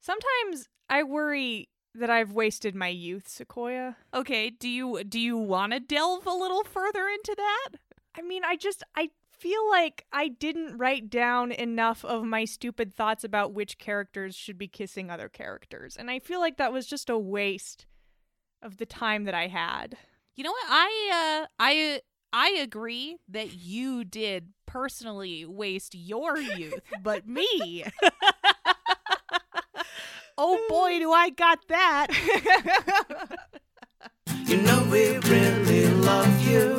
Sometimes I worry that I've wasted my youth, Sequoia. Okay, do you do you want to delve a little further into that? I mean, I just I feel like I didn't write down enough of my stupid thoughts about which characters should be kissing other characters. And I feel like that was just a waste of the time that I had. You know what? I uh I I agree that you did personally waste your youth, but me Oh boy, do I got that. You know we really love you.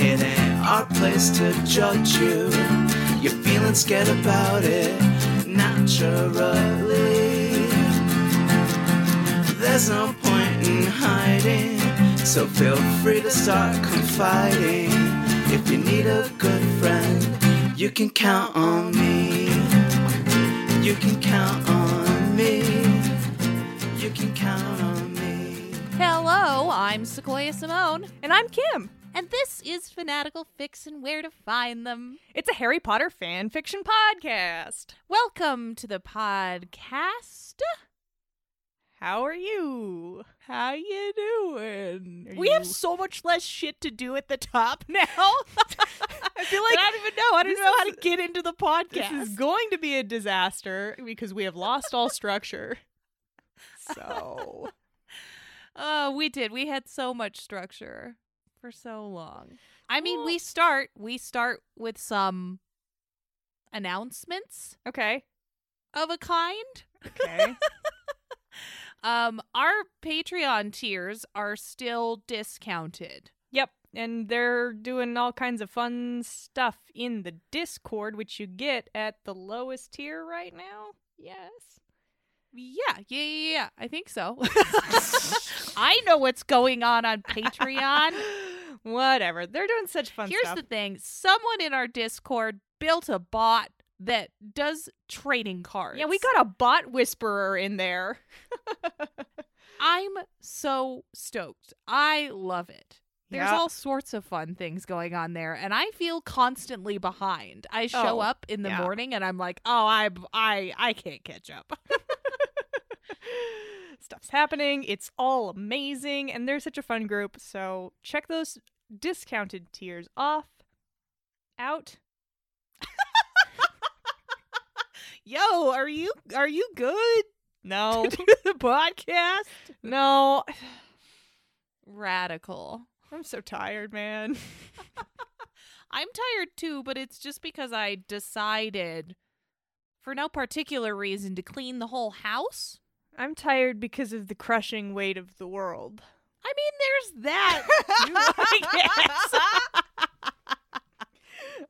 It ain't our place to judge you. You're feeling scared about it naturally. There's no point in hiding, so feel free to start confiding. If you need a good friend, you can count on me. You can count on me. You can count on me. Hello, I'm Sequoia Simone, And I'm Kim. and this is Fanatical Fix and Where to Find Them. It's a Harry Potter fan fiction podcast. Welcome to the podcast. How are you? How you doing? Are we have you- so much less shit to do at the top now. I feel like I don't even know. I don't this know how is- to get into the podcast. This is going to be a disaster because we have lost all structure. So, Oh, we did. We had so much structure for so long. I mean, Well- we start we start with some announcements okay. of a kind. Okay. Um our Patreon tiers are still discounted. Yep. And they're doing all kinds of fun stuff in the Discord, which you get at the lowest tier right now. Yes. Yeah, yeah, yeah, yeah. I think so. I know what's going on on Patreon. Whatever. They're doing such fun Here's stuff. the thing. Someone in our Discord built a bot that does trading cards. yeah, we got a bot whisperer in there. I'm so stoked. I love it. There's Yeah. all sorts of fun things going on there, and I feel constantly behind. I Oh, show up in the yeah. morning, and I'm like, "Oh, I, I, I can't catch up." Stuff's happening. It's all amazing. And they're such a fun group. So check those discounted tiers off. Out. Yo, are you are you good? No. the podcast no. radical. I'm so tired, man. I'm tired too, but it's just because I decided, for no particular reason, to clean the whole house. I'm tired because of the crushing weight of the world. I mean, there's that. You- I guess.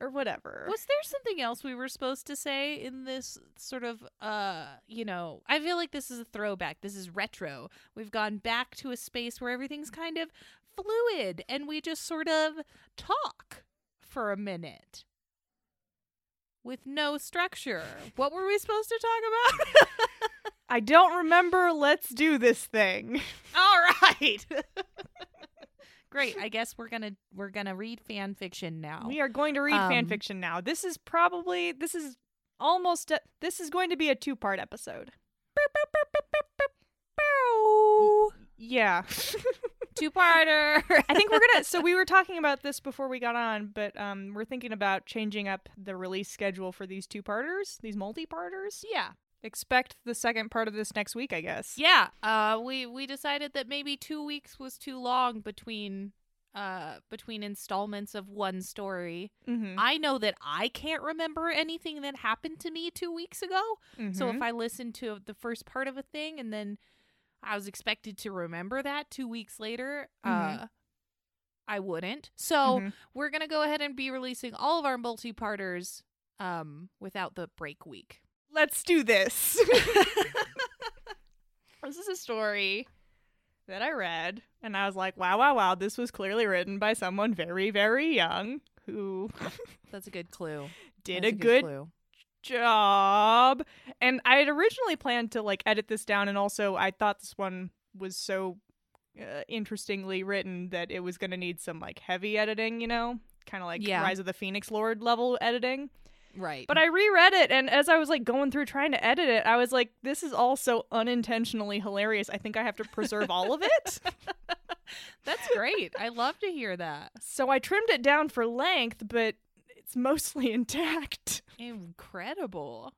or whatever. Was there something else we were supposed to say in this sort of uh, you know, I feel like this is a throwback. This is retro. We've gone back to a space where everything's kind of fluid and we just sort of talk for a minute with no structure. What were we supposed to talk about? I don't remember. Let's do this thing. All right. Great. I guess we're going to we're going to read fan fiction now. We are going to read fan Um, fiction now. This is probably this is almost a, this is going to be a two-part episode. Yeah. Two-parter. I think we're gonna. So we were talking about this before we got on, but um, we're thinking about changing up the release schedule for these two-parters, these multi-parters. yeah. Expect the second part of this next week, I guess. Yeah, uh, we we decided that maybe two weeks was too long between uh between installments of one story. Mm-hmm. I know that I can't remember anything that happened to me two weeks ago. Uh, So if I listened to the first part of a thing and then I was expected to remember that two weeks later, Mhm. uh, I wouldn't. So Mm-hmm. we're gonna go ahead and be releasing all of our multi-parters um without the break week. let's do this. this is a story that I read, and I was like, wow, wow, wow, this was clearly written by someone very, very young who That's a good clue. did That's a, good, clue. job. And I had originally planned to like edit this down, and also I thought this one was so uh, interestingly written that it was going to need some like heavy editing, you know, kind of like Yeah. Rise of the Phoenix Lord level editing. Right. But I reread it, and as I was like going through trying to edit it, I was like, this is all so unintentionally hilarious. I think I have to preserve all of it. That's great. I love to hear that. So I trimmed it down for length, but it's mostly intact. Incredible.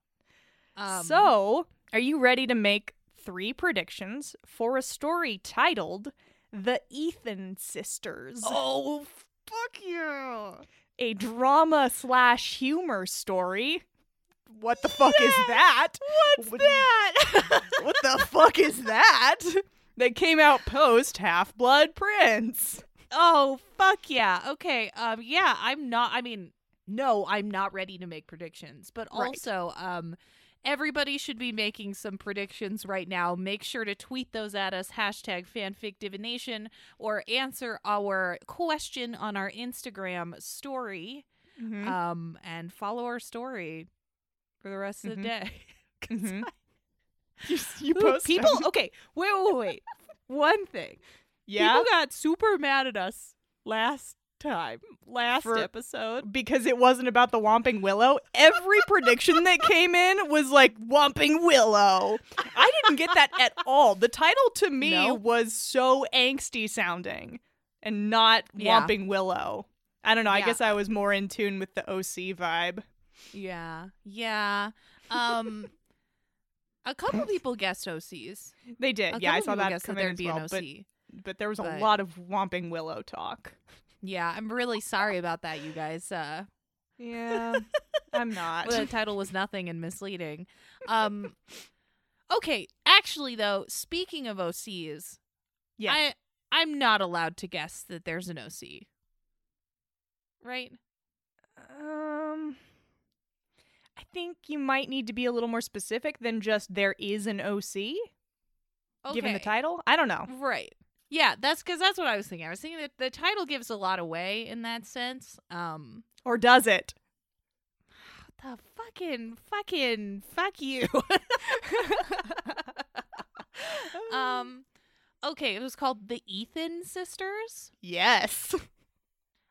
Um, Um, so, are you ready to make three predictions for a story titled The Ethan Sisters? Oh, fuck you. A drama slash humor story. What the fuck is that? What's that? what the fuck is that? That came out post Half Blood Prince. Oh, fuck yeah. Okay. Um yeah, I'm not I mean, no, I'm not ready to make predictions, but Right. also um everybody should be making some predictions right now. Make sure to tweet those at us hashtag fanfic divination or answer our question on our Instagram story Mm-hmm. Uh, um and follow our story for the rest of the day. 'Cause Mhm. You, you Ooh, post people them. okay wait wait wait one thing yeah, people got super mad at us last time last For- episode because it wasn't about the Whomping Willow. Every prediction that came in was like Whomping Willow. I didn't get that at all. The title to me No. was so angsty sounding, and not Yeah. Whomping Willow. I don't know. I Yeah. guess I was more in tune with the OC vibe. yeah yeah um a couple people guessed ocs They a did. couple yeah, I saw people that guessed come in there'd as be well. an oc But, but there was a but- lot of Whomping Willow talk. yeah i'm really sorry about that you guys uh Yeah, I'm not. the title was nothing and misleading um okay actually though speaking of ocs Yes. i i'm not allowed to guess that there's an oc right Um, I think you might need to be a little more specific than just there is an OC given the Okay. title. I don't know. Right. Yeah, that's because that's what I was thinking. I was thinking that the title gives a lot away in that sense. Um, Or does it? the fucking, fucking, fuck you. um, okay, it was called the Ethan Sisters. Yes.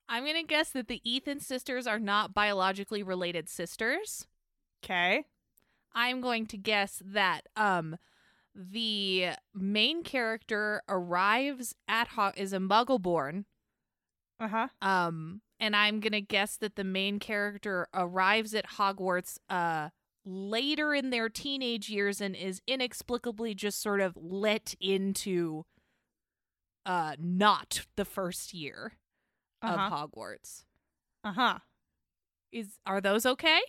I'm gonna guess that the Ethan sisters are not biologically related sisters. Okay. I'm going to guess that um, the main character arrives at Ho- is a Muggle born. Uh huh. Um, and I'm gonna guess that the main character arrives at Hogwarts uh later in their teenage years and is inexplicably just sort of let into uh not the first year Uh huh. of Hogwarts. Uh huh. Is are those okay?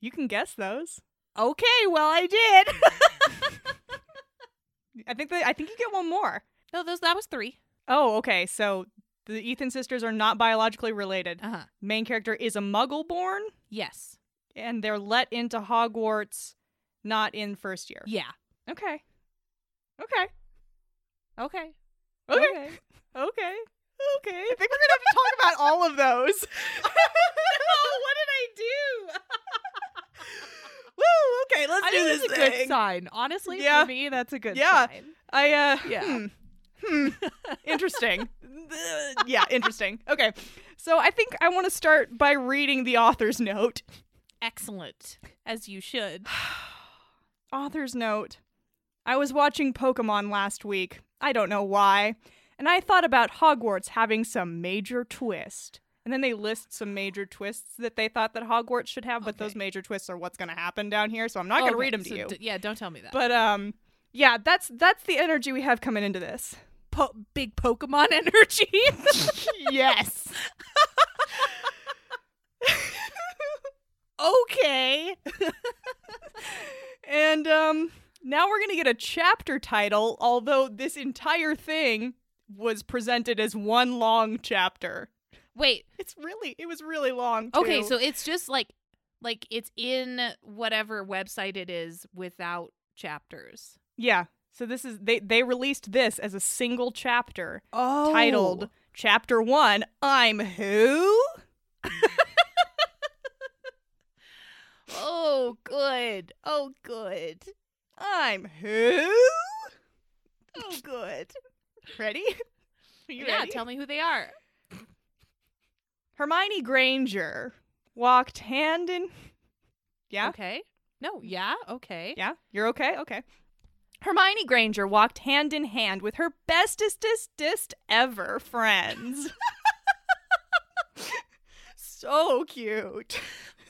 You can guess those. Okay, well I did. I think that I think you get one more. no, those that was three. Oh, okay. So the Ethan sisters are not biologically related. Uh-huh. Main character is a Muggle born, Yes. and they're let into Hogwarts, not in first year. Yeah. Okay. Okay. Okay. Okay. Okay. Okay. I think we're gonna have to talk about all of those. Oh, what did I do? Woo! Okay, let's I do think this that's a thing. good sign. Honestly, Yeah. for me, that's a good Yeah. sign. I uh, Yeah. hmm. Hmm. interesting. Uh, yeah, interesting. Okay, so I think I want to start by reading the author's note. Excellent. As you should. Author's note. I was watching Pokemon last week. I don't know why. And I thought about Hogwarts having some major twist. And then they list some major twists that they thought that Hogwarts should have, but those Okay. major twists are what's going to happen down here, so I'm not going to Okay, read them to so you. d- yeah, don't tell me that. but um yeah, that's that's the energy we have coming into this. po- big Pokemon energy. yes. okay. And um now we're going to get a chapter title, although this entire thing was presented as one long chapter. Wait. It's really it was really long. Too. Okay, so it's just like like it's in whatever website it is without chapters. yeah, so this is they they released this as a single chapter Oh. titled Chapter One. I'm who? Oh, good. Oh, good. I'm who? Oh, good. Ready? Are you yeah, ready? tell me who they are. Hermione Granger walked hand in. Yeah. Okay. No. Yeah. Okay. Yeah. You're okay? Okay. Hermione Granger walked hand in hand with her bestestestest ever friends. so cute.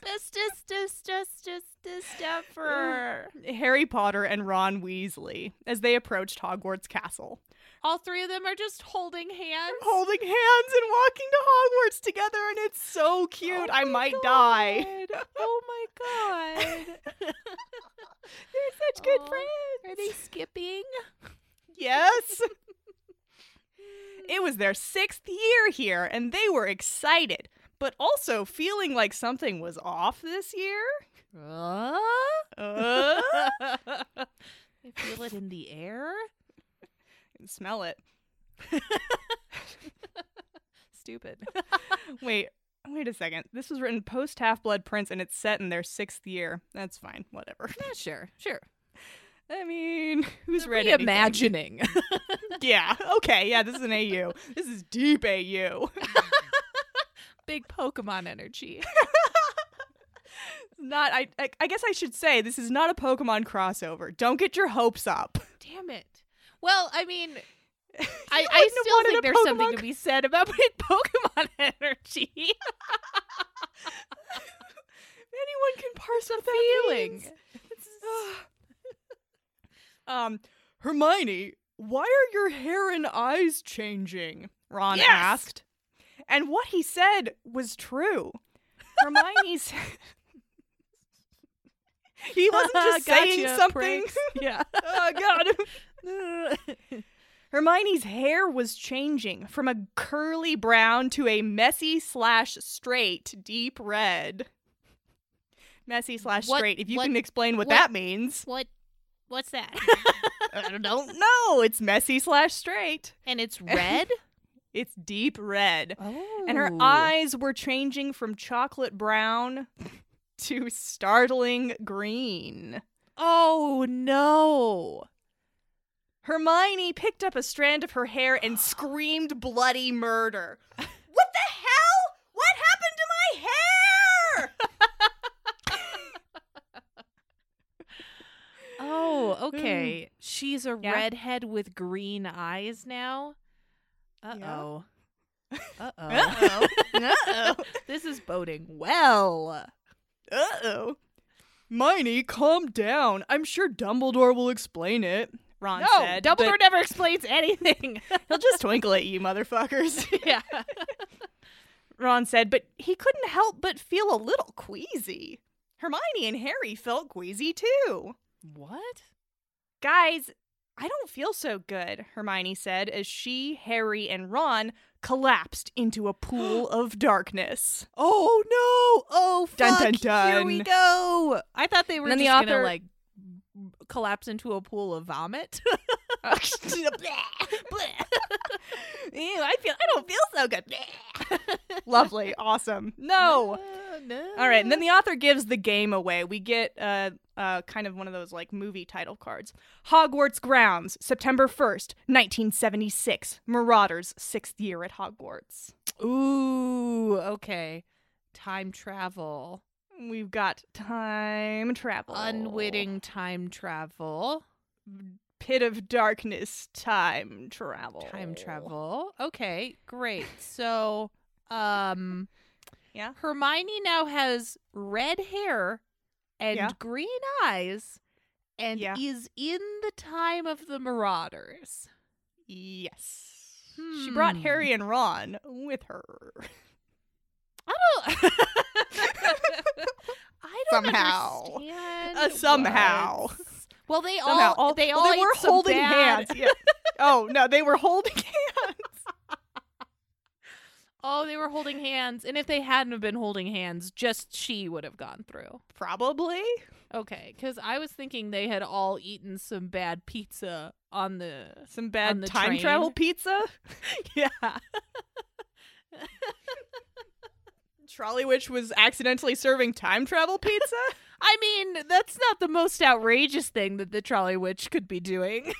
Bestest, just, just, just, just Mm. ever. Harry Potter and Ron Weasley as they approached Hogwarts Castle. All three of them are just holding hands. Holding hands and walking to Hogwarts together, and it's so cute. Oh I my might die. God. Oh my god. They're such good Aw. friends. Are they skipping? Yes. it was their sixth year here, and they were excited, but also feeling like something was off this year. Uh? Uh, I feel it in the air. can smell it. Stupid. Wait, wait a second. This was written post Half Blood Prince, and it's set in their sixth year. That's fine. Whatever. yeah, sure, sure. I mean, who's read anything? Reimagining. Yeah. Okay. Yeah. This is an AU. This is deep AU. Big Pokemon energy. Not. I, I. I guess I should say this is not a Pokemon crossover. Don't get your hopes up. Damn it. Well, I mean, I, You I wouldn't have still wanted think a there's something Pokemon to be said about big Pokemon energy. Anyone can parse what that Feeling. means. um, Hermione, why are your hair and eyes changing? Ron Yes! asked. And what he said was true. Hermione said. He wasn't just saying Gotcha, something. pricks. yeah. oh, God. Hermione's hair was changing from a curly brown to a messy slash straight deep red. Messy slash What- straight. If you what- can explain what, what- that means, what? What's that? I don't know. It's messy slash straight. And it's red. It's deep red. oh. And her eyes were changing from chocolate brown to startling green. Oh no. Hermione picked up a strand of her hair and screamed bloody murder. What the hell? What happened to my hair? Oh, okay. She's a Yeah. redhead with green eyes now. Uh Yeah. oh. Uh oh. Uh-oh. Uh-oh. This is boding well. Uh-oh. Miney, calm down. I'm sure Dumbledore will explain it. Ron no, said. Dumbledore but never explains anything. He'll just twinkle at you, motherfuckers. yeah. Ron said, but he couldn't help but feel a little queasy. Hermione and Harry felt queasy too. What? Guys, I don't feel so good, Hermione said as she, Harry, and Ron collapsed into a pool of darkness. Oh no! Oh Dun, fuck! dun, Here we dun. go. I thought they were And then just the gonna author- like b- collapse into a pool of vomit. Ew, I feel I don't feel so good. Lovely, awesome. No. no. All right, and then the author gives the game away. We get uh, uh, kind of one of those like movie title cards. Hogwarts grounds, September first, nineteen seventy six. Marauders' sixth year at Hogwarts. Ooh, okay. Time travel. We've got time travel. Unwitting time travel. Pit of darkness time travel. Time travel. Okay, great. So, um Yeah. Hermione now has red hair and Yeah. green eyes and Yeah. is in the time of the marauders. Yes. She brought Hmm. Harry and Ron with her. I don't I don't Somehow. understand. Uh, somehow. what's- Well, they Somehow. Oh, all they well, all they were ate some holding bad- hands. Yeah. Oh, no, they were holding hands. Oh, they were holding hands. And if they hadn't have been holding hands, just she would have gone through. Probably. Okay, because I was thinking they had all eaten some bad pizza on the. Some On bad the time train. travel pizza. Yeah. Trolley Witch was accidentally serving time travel pizza. I mean, that's not the most outrageous thing that the trolley witch could be doing.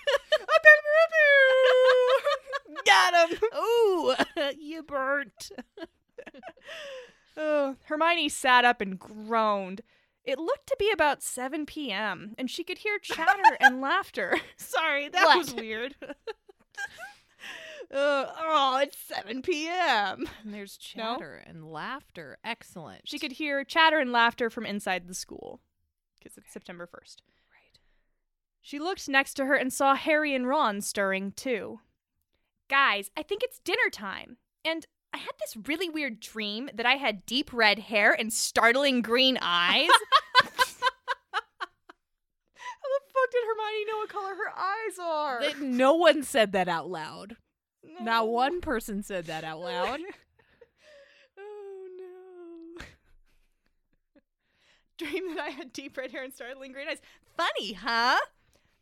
Got him. Ooh, you burnt. Ugh. Hermione sat up and groaned. It looked to be about 7 p.m., and she could hear chatter and laughter. Sorry, that What? was weird. Ugh. oh, it's 7 p.m. And there's No? chatter and laughter. Excellent. She could hear chatter and laughter from inside the school because it's September 1st. Right. She looked next to her and saw Harry and Ron stirring too. Guys, I think it's dinner time. And I had this really weird dream that I had deep red hair and startling green eyes. How the fuck did Hermione know what color her eyes are? That- no one said that out loud. No. Not one person said that out loud. oh no. Dream that I had deep red hair and startling green eyes. Funny, huh?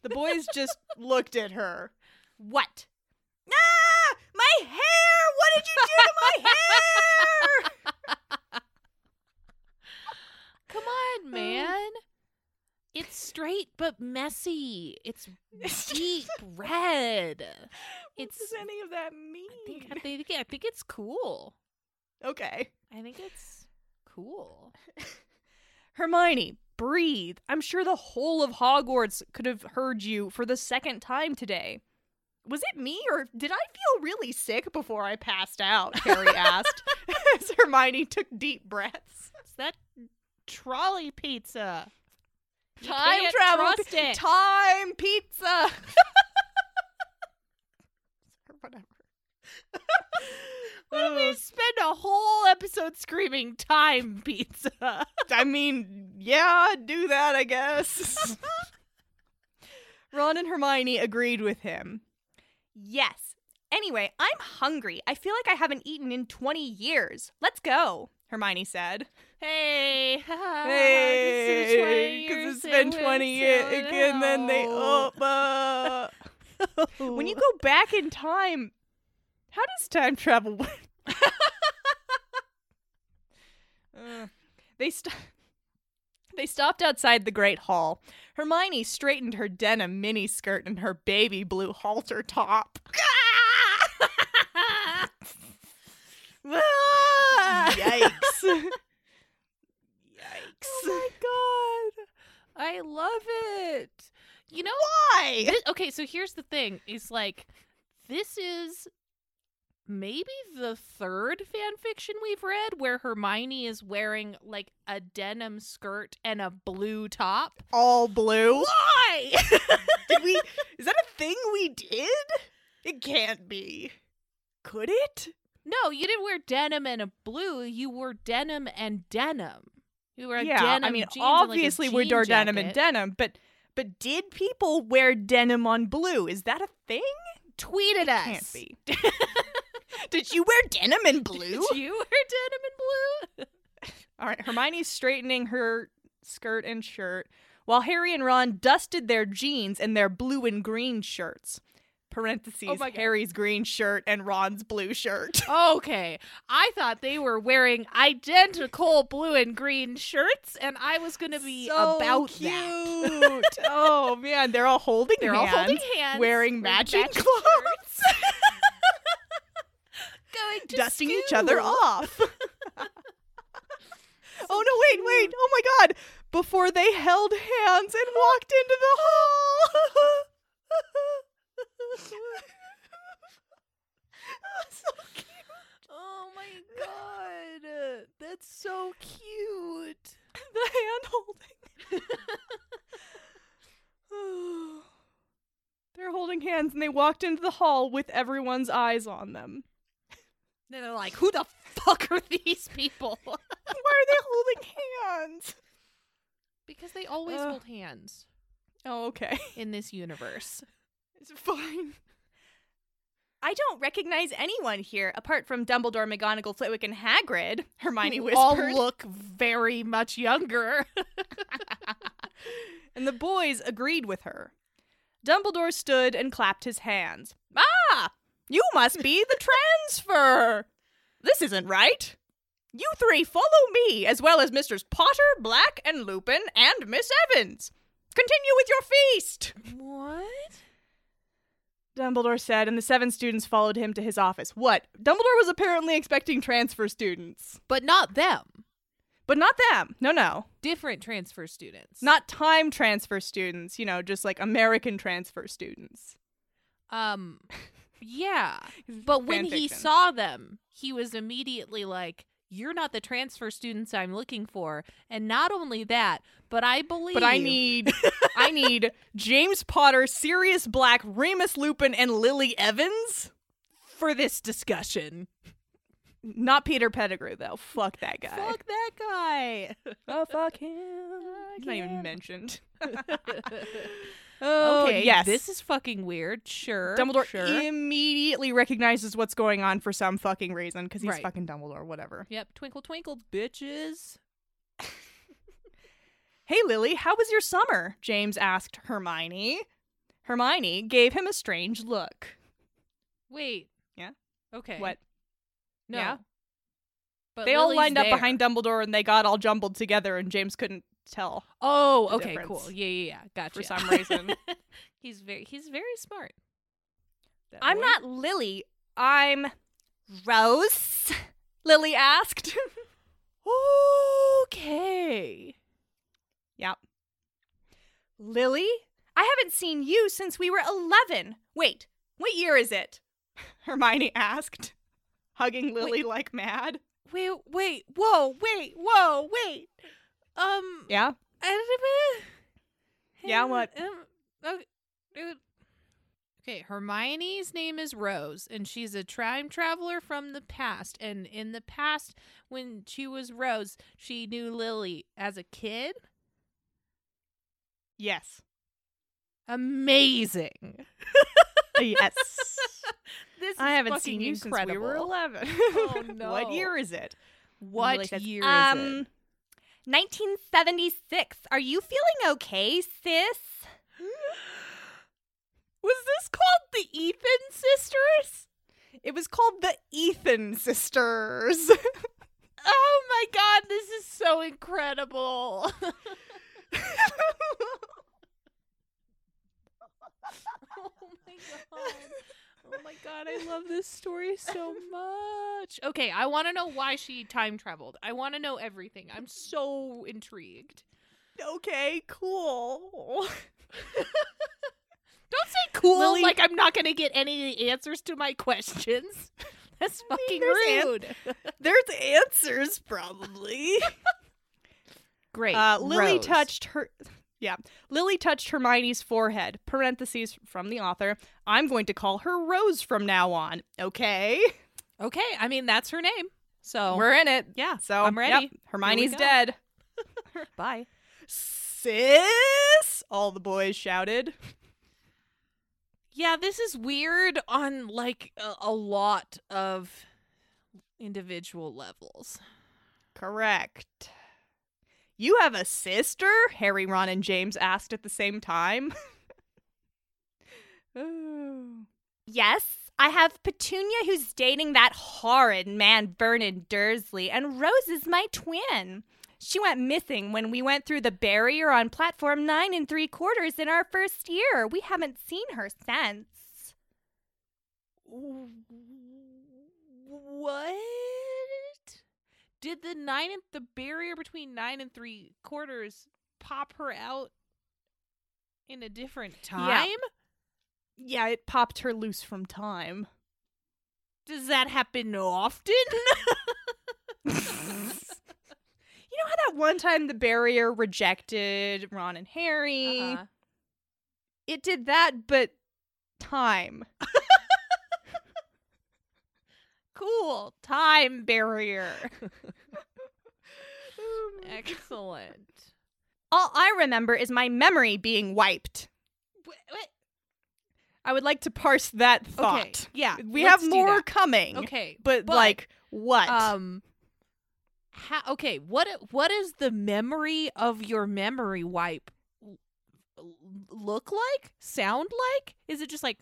The boys just looked at her. What? Ah! My hair! What did you do to my hair? Come Um, on, man. It's straight but messy. It's deep red. what does It's. any of that I think, mean? I think. I think it's cool. Okay. I think it's cool. Hermione, breathe. I'm sure the whole of Hogwarts could have heard you for the second time today. Was it me, or did I feel really sick before I passed out? Harry asked as Hermione took deep breaths. It's that trolley pizza. You Time can't travel trust pi- it. Time pizza. Or Whatever. Oh, Why do we spend a whole episode screaming time pizza? I mean, yeah, do that, I guess. Ron and Hermione agreed with him. Yes. Anyway, I'm hungry. I feel like I haven't eaten in 20 years. Let's go, Hermione said. Hey, Hey, because because it's been 20 years. And then they, oh, uh, when you go back in time, how does time travel work? Uh, they st- they stopped outside the great hall. Hermione straightened her denim miniskirt and her baby blue halter top. Yikes! Yikes! Oh my god, I love it. You know Why? Thi- okay, so here's the thing: is like this is maybe the third fan fiction we've read where Hermione is wearing like a denim skirt and a blue top. All blue. Why? Did we? Is that a thing we did? It can't be. Could it? no, you didn't wear denim and a blue. You wore denim and denim. You were a yeah, denim. I mean, jeans and, like, a obviously we jean wore denim and jacket. denim, but but did people wear denim on blue? Is that a thing? Tweet at us. Can't be. did you wear denim and blue? Did you wear denim and blue? All right, Hermione's straightening her skirt and shirt, while Harry and Ron dusted their jeans and their blue and green shirts. Parentheses: Oh my God. Harry's green shirt and Ron's blue shirt. Okay. I thought they were wearing identical blue and green shirts, and I was going to be So about cute. that. oh man, they're all holding They're all hands, holding hands, wearing matching clothes, shirts. Going to dusting each other school. off. oh no, wait, wait. Oh my god. Before they held hands and walked into the hall. So cute. Oh my god. That's so cute. the hand holding. They're holding hands and they walked into the hall with everyone's eyes on them. Then they're like, who the fuck are these people? Why are they holding hands? because they always Ugh. hold hands Oh, okay. in this universe. It's fine. I don't recognize anyone here apart from Dumbledore, McGonagall, Flitwick, and Hagrid. Hermione who whispered. all look very much younger. and the boys agreed with her. Dumbledore stood and clapped his hands. Ah, you must be the transfer. This isn't right. You three follow me, as well as Misters Potter, Black, and Lupin, and Miss Evans. Continue with your feast. What? Dumbledore said, and the seven students followed him to his office. What? Dumbledore was apparently expecting transfer students, but not them. but not them. No, no. Different transfer students. Not time transfer students, you know, just like American transfer students. um yeah. But when he Fanfiction. saw them, he was immediately like, "You're not the transfer students I'm looking for." And not only that, but I believe But I need I need James Potter, Sirius Black, Remus Lupin, and Lily Evans. for this discussion. Not Peter Pettigrew though. Fuck that guy. Fuck that guy. Oh fuck him. He's not him. even mentioned. okay, yes. This is fucking weird. Sure. Dumbledore sure. immediately recognizes what's going on for some fucking reason because he's Right. fucking Dumbledore, whatever. Yep. Twinkle, twinkle, bitches. Hey, Lily, how was your summer? James asked Hermione. Hermione gave him a strange look. Wait. Yeah? Okay. What? No. Yeah. But they all Lily's lined there. up behind Dumbledore and they got all jumbled together, and James couldn't tell Oh, the okay, difference cool. Yeah, yeah, yeah. Gotcha. for some reason. he's very, he's very smart. That I'm boy. not Lily. I'm Rose. Lily asked. okay. Yep. Lily, I haven't seen you since we were 11. Wait, what year is it? Hermione asked, hugging Lily like mad. Wait, wait, whoa, wait, whoa, wait. Um, Yeah. I don't know. Yeah, Um, what? um, okay. uh, Okay, Hermione's name is Rose, and she's a time traveler from the past. And in the past, when she was Rose, she knew Lily as a kid. Yes. Amazing. Uh, yes. This I is haven't fucking seen you since we were incredible. 11. Oh, What no. year is it? What Lily says, year Um, is it? 1976. Are you feeling okay, sis? Was this called the Ethan sisters? It was called the Ethan sisters. Oh my god, this is so incredible. oh my god. Oh my god, I love this story so much. Okay, I want to know why she time traveled. I want to know everything. I'm so intrigued. okay, cool. Don't say cool Lily- like I'm not going to get any answers to my questions. That's fucking there's an- rude. There's answers, probably. Great. Uh, Lily Rose. touched her. Yeah, Lily touched Hermione's forehead. Parentheses from the author. I'm going to call her Rose from now on. Okay, Okay, I mean that's her name. So we're in it. yeah, So I'm ready. yep, Hermione's go. dead. Bye. Sis! All the boys shouted. Yeah, this is weird on like a, a lot of individual levels. Correct. You have a sister? Harry, Ron, and James asked at the same time. yes, I have Petunia, who's dating that horrid man, Vernon Dursley, and Rose is my twin. She went missing when we went through the barrier on platform nine and three quarters in our first year. We haven't seen her since. What? Did the nine and the barrier between nine and three quarters pop her out in a different time? Yeah, it popped her loose from time. Does that happen often? You know how that one time the barrier rejected Ron and Harry? Uh-uh. It did that, but time. Cool time barrier. Oh, Ex- Excellent. All I remember is my memory being wiped. Wait, wait. I would like to parse that Okay, thought. yeah, We have let's do more that. coming. Okay, But, like, what? um, how, okay, what what is the memory of your memory wipe l- l- look like? Sound like? Is it just like?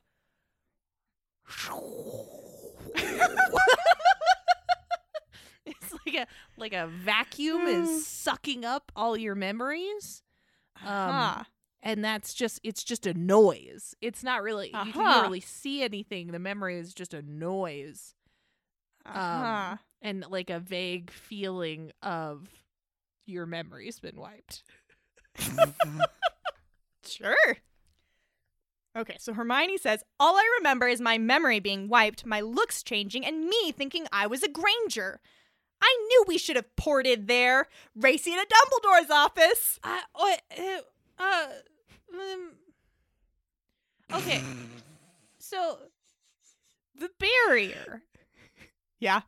it's like a like a vacuum Hmm. is sucking up all your memories. Um, Huh. and that's just it's just a noise. It's not really you Aha. don't really see anything. The memory is just a noise um, Uh-huh. and like a vague feeling of your memory's been wiped. Sure. Okay, so Hermione says, All I remember is my memory being wiped, my looks changing, and me thinking I was a Granger. I knew we should have ported there, racing to Dumbledore's office. Uh, uh, uh, um, okay. so the barrier, Yeah.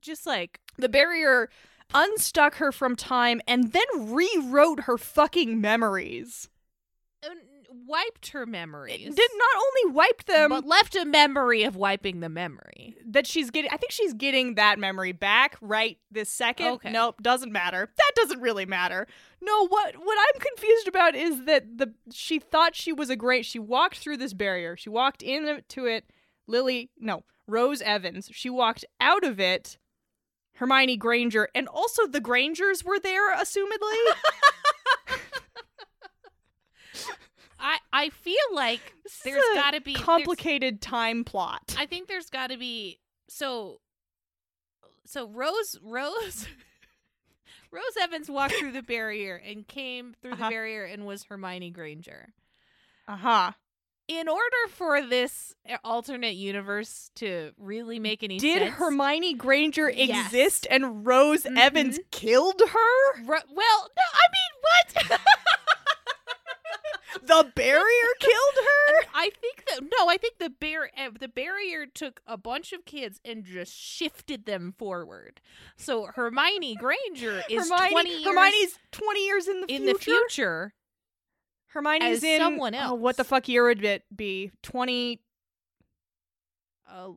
just like The barrier unstuck her from time and then rewrote her fucking memories. uh, wiped her memories. It did not only wipe them, but left a memory of wiping the memory. that she's getting I think she's getting that memory back right this second. Okay. Nope, doesn't matter. That doesn't really matter. No, what what I'm confused about is that the she thought she was a great she walked through this barrier. She walked into it Lily no, Rose Evans. She walked out of it Hermione Granger and also the Grangers were there assumedly. I I feel like This is there's a got to be there's- complicated time plot. I think there's got to be so. So Rose Rose Rose Evans walked through the barrier and came through Uh-huh. the barrier and was Hermione Granger. uh-huh. In order for this eh, alternate universe to really make any Did sense, Hermione Granger Yes. exist and Rose Mhm. Evans killed her? Ro- well, no, I mean, what? the barrier killed her. I think that no, I think the bear eh, the barrier took a bunch of kids and just shifted them forward. So Hermione Granger is Hermione, twenty years Hermione's twenty years in the in future. the future. Hermione's as in someone Oh, what the else. fuck year would it be? Twenty Uh,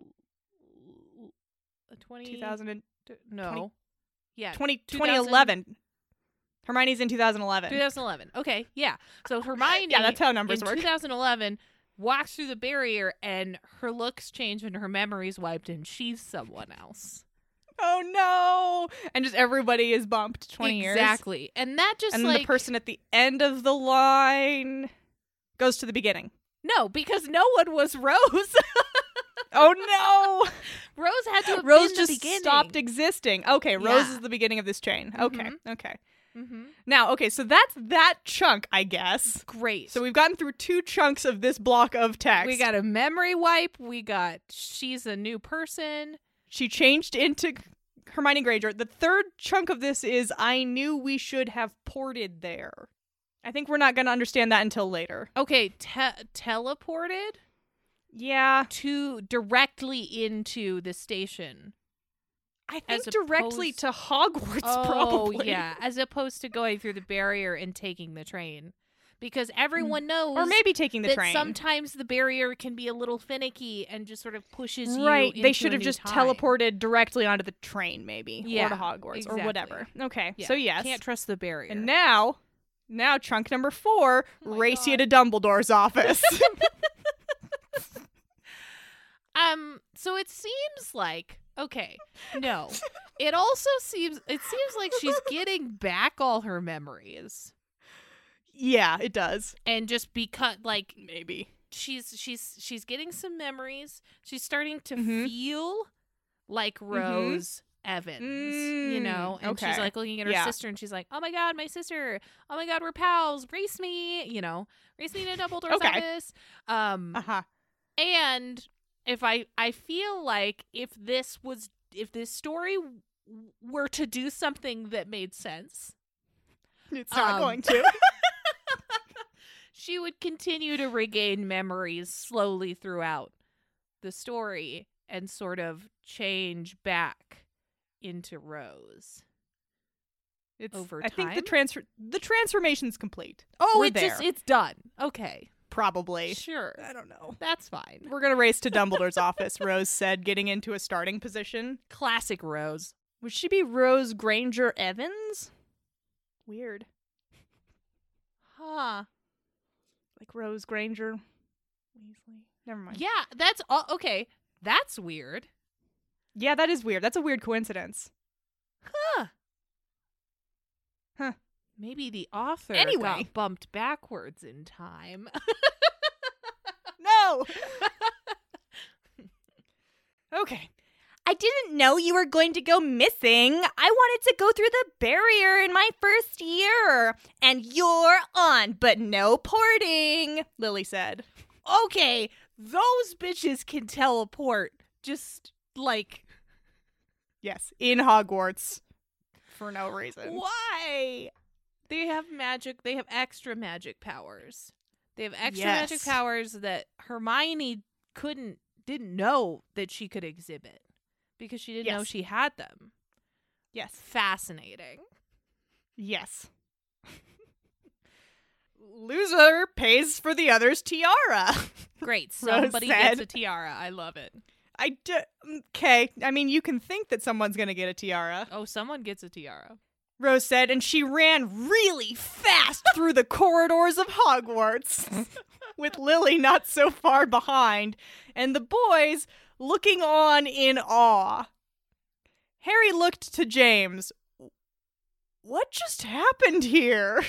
twenty two thousand and no, yeah, twenty 2000. 2011. Hermione's in two thousand two eleven. thousand eleven. Okay, yeah. So Hermione, Yeah, that's how in numbers work. two thousand eleven walks through the barrier and her looks change and her memory's wiped and she's someone else. Oh no! And just everybody is bumped twenty years. exactly, and that just And then like the person at the end of the line goes to the beginning. no, because no one was Rose. Oh Rose had to no! have Rose been just the beginning. stopped existing. Okay, Rose Yeah. is the beginning of this chain. Okay, Mhm. okay. hmm Now, okay, so that's that chunk, I guess. Great. So we've gotten through two chunks of this block of text. we got a memory wipe. We got she's a new person. she changed into Hermione Granger. The third chunk of this is I knew we should have ported there. I think we're not going to understand that until later. Okay, te- teleported Yeah, to directly into the station. I think As directly opposed- to Hogwarts oh probably. yeah, as opposed to going through the barrier and taking the train, because everyone knows Mm. Or maybe taking the that train. sometimes the barrier can be a little finicky and just sort of pushes you. right, into they a should have new just time. teleported directly onto the train maybe or Yeah, to Hogwarts exactly. or whatever. Okay. Yeah, So yes. can't trust the barrier. And now, now chunk number four, Oh my race you to Dumbledore's office. Um, so it seems like okay, no. It also seems it seems like she's getting back all her memories. yeah, it does. And just because like Maybe. she's she's she's getting some memories. She's starting to Mhm. feel like Rose Evans, Mm-hmm. you Mm, know, and she's okay. like looking at her Yeah. sister and she's like, "Oh my god, my sister. Oh my god, we're pals. Race me, you know. Race me to Dumbledore's Okay. office." Um Uh-huh. and if i i feel like if this was if this story w- were to do something that made sense It's not Um, going to. she would continue to regain memories slowly throughout the story and sort of change back into rose It's over I think the time? transfer the transformation's complete. oh We're it just there. it's done okay Probably. sure don't know. that's fine We're gonna race to Dumbledore's office, Rose said, getting into a starting position. classic rose Would she be Rose Granger Evans? Weird. huh Like Rose Granger Weasley. Never mind. yeah that's all okay that's weird yeah, that is weird. That's a weird coincidence. Huh. Huh. Maybe the author Anyway. got bumped backwards in time. No. okay. I didn't know you were going to go missing. I wanted to go through the barrier in my first year. And you're on, but no porting, Lily said. okay, those bitches can teleport. Just like Yes, in Hogwarts for no reason. why? They have magic. They have extra magic powers. They have extra magic Yes. powers that Hermione couldn't didn't know that she could exhibit because she didn't know Yes. she had them. Yes. Fascinating. Yes. Loser pays for the other's tiara. Great. Rose Somebody gets said. a tiara. I love it. I d- mm, okay. I mean, you can think that someone's going to get a tiara. Oh, someone gets a tiara. Rose said, and she ran really fast through the corridors of Hogwarts, with Lily not so far behind, and the boys looking on in awe. Harry looked to James. What just happened here?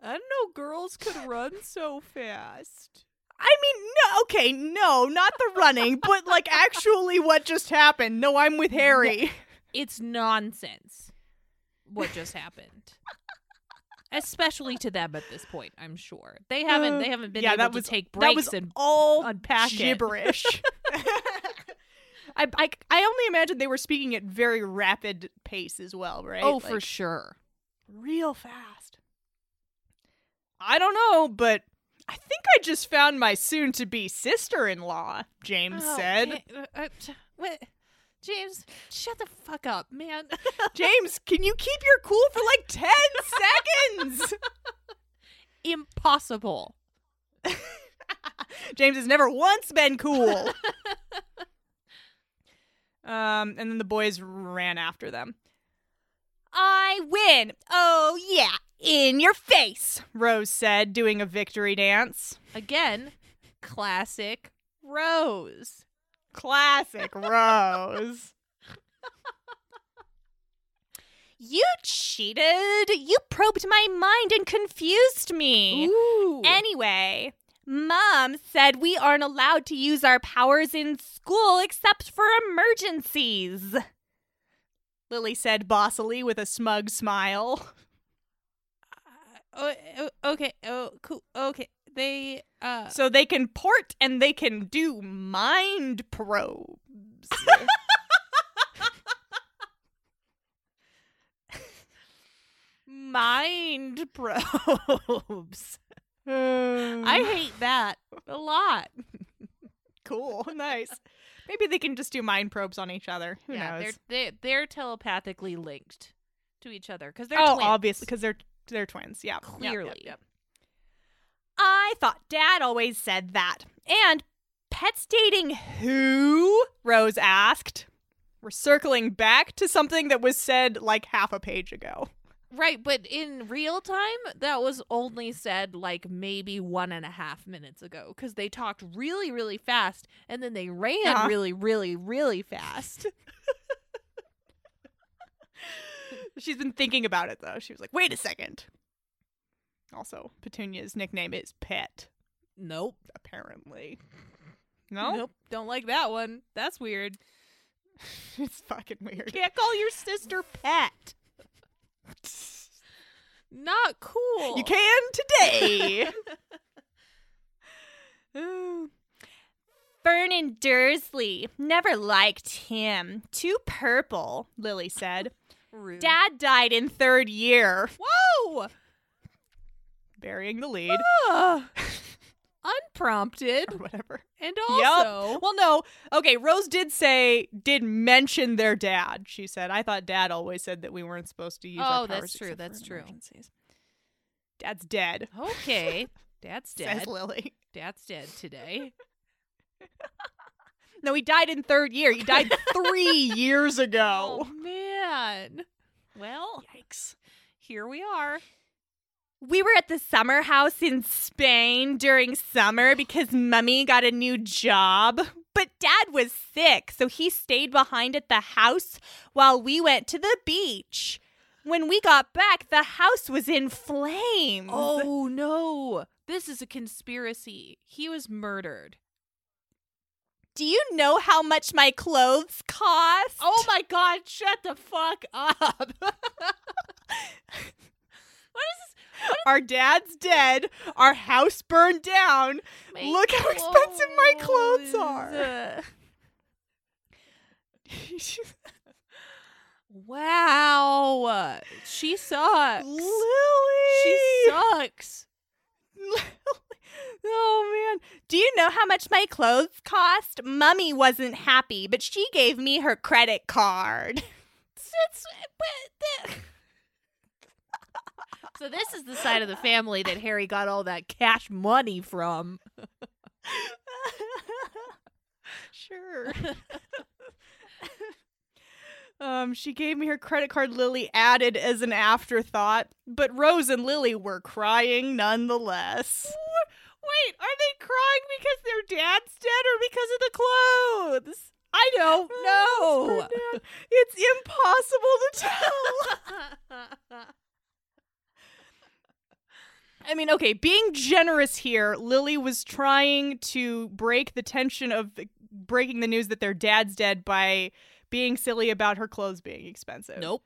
I don't know. Girls could run so fast. I mean, no, okay, no, not the running, but like actually what just happened. No, I'm with Harry. It's nonsense. What just happened? Especially to them at this point, I'm sure they haven't. Uh, They haven't been yeah, able that to was- take that was breaks and All unpack it. gibberish. I, I, I only imagine they were speaking at very rapid pace as well, right? oh, for Like, sure. Real fast. I don't know, but I think I just found my soon to be sister in law, James Oh, said. uh, James, shut the fuck up, man. James, can you keep your cool for like 10 seconds? Impossible. James has never once been cool. um, and then the boys ran after them. I win. Oh, yeah. In your face, Rose said, doing a victory dance. Again, classic Rose. Classic Rose. You cheated. You probed my mind and confused me. Ooh. Anyway, Mom said we aren't allowed to use our powers in school except for emergencies. Lily said bossily with a smug smile. Uh, oh, oh, okay. Oh, cool. Okay. They uh So they can port and they can do mind probes. mind probes. I I hate that a lot. cool, nice. Maybe they can just do mind probes on each other. Who knows? they're they, they're telepathically linked to each other because they're Oh, twins. obviously, because they're they're twins. Yeah, Yep, yep, clearly. yep. I thought Dad always said that. And pets dating who? Rose asked. We're circling back to something that was said like half a page ago. Right, but in real time, that was only said like maybe one and a half minutes ago because they talked really, really fast and then they ran Uh-huh. really, really, really fast. She's been thinking about it though. She was like, wait a second. Also, Petunia's nickname is Pet, nope. apparently. No? Nope. Don't like that one. That's weird. it's fucking weird. Can't call your sister pet. Not cool. You can today. Vernon Dursley. Never liked him. Too purple, Lily said. Rude. Dad died in third year. Whoa! Burying the lead Ugh. Unprompted or whatever. and Yup. also Well, no. Okay, Rose did say, did mention their dad, she said. I thought dad always said that we weren't supposed to use our Oh, that's powers true, except for that's in true. emergencies. Dad's dead, okay. Dad's dead. says Lily. Dad's dead today. No, he died in third year. He died three years ago. Oh, man. Oh, Well, Yikes. here we are. We were at the summer house in Spain during summer because mummy got a new job. But dad was sick, so he stayed behind at the house while we went to the beach. When we got back, the house was in flames. Oh no. This is a conspiracy. He was murdered. Do you know how much my clothes cost? Oh my god, shut the fuck up. what is this? Our dad's dead. Our house burned down. Look how expensive my clothes are. wow. She sucks. Lily. She sucks. oh man. Do you know how much my clothes cost? Mummy wasn't happy, but she gave me her credit card. That's- but the- so this is the side of the family that Harry got all that cash money from. sure. um, she gave me her credit card, Lily added as an afterthought, but Rose and Lily were crying nonetheless. Wait, are they crying because their dad's dead or because of the clothes? Oh, I don't know. it's impossible to tell. I mean, okay, being generous here, Lily was trying to break the tension of the- breaking the news that their dad's dead by being silly about her clothes being expensive. nope.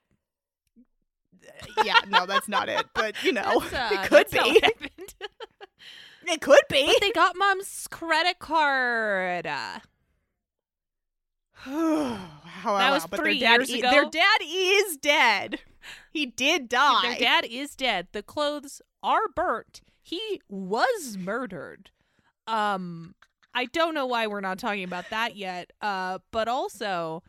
yeah, no, that's not it. But you know, That's, uh, Oh, it could that's not be. what happened. It could be. but they got mom's credit card. Uh, wow, wow, That wow. was but three their dad years i- ago. Their dad is dead. He did die. Their dad is dead. The clothes are burnt. He was murdered. Um, I don't know why we're not talking about that yet. Uh, but also,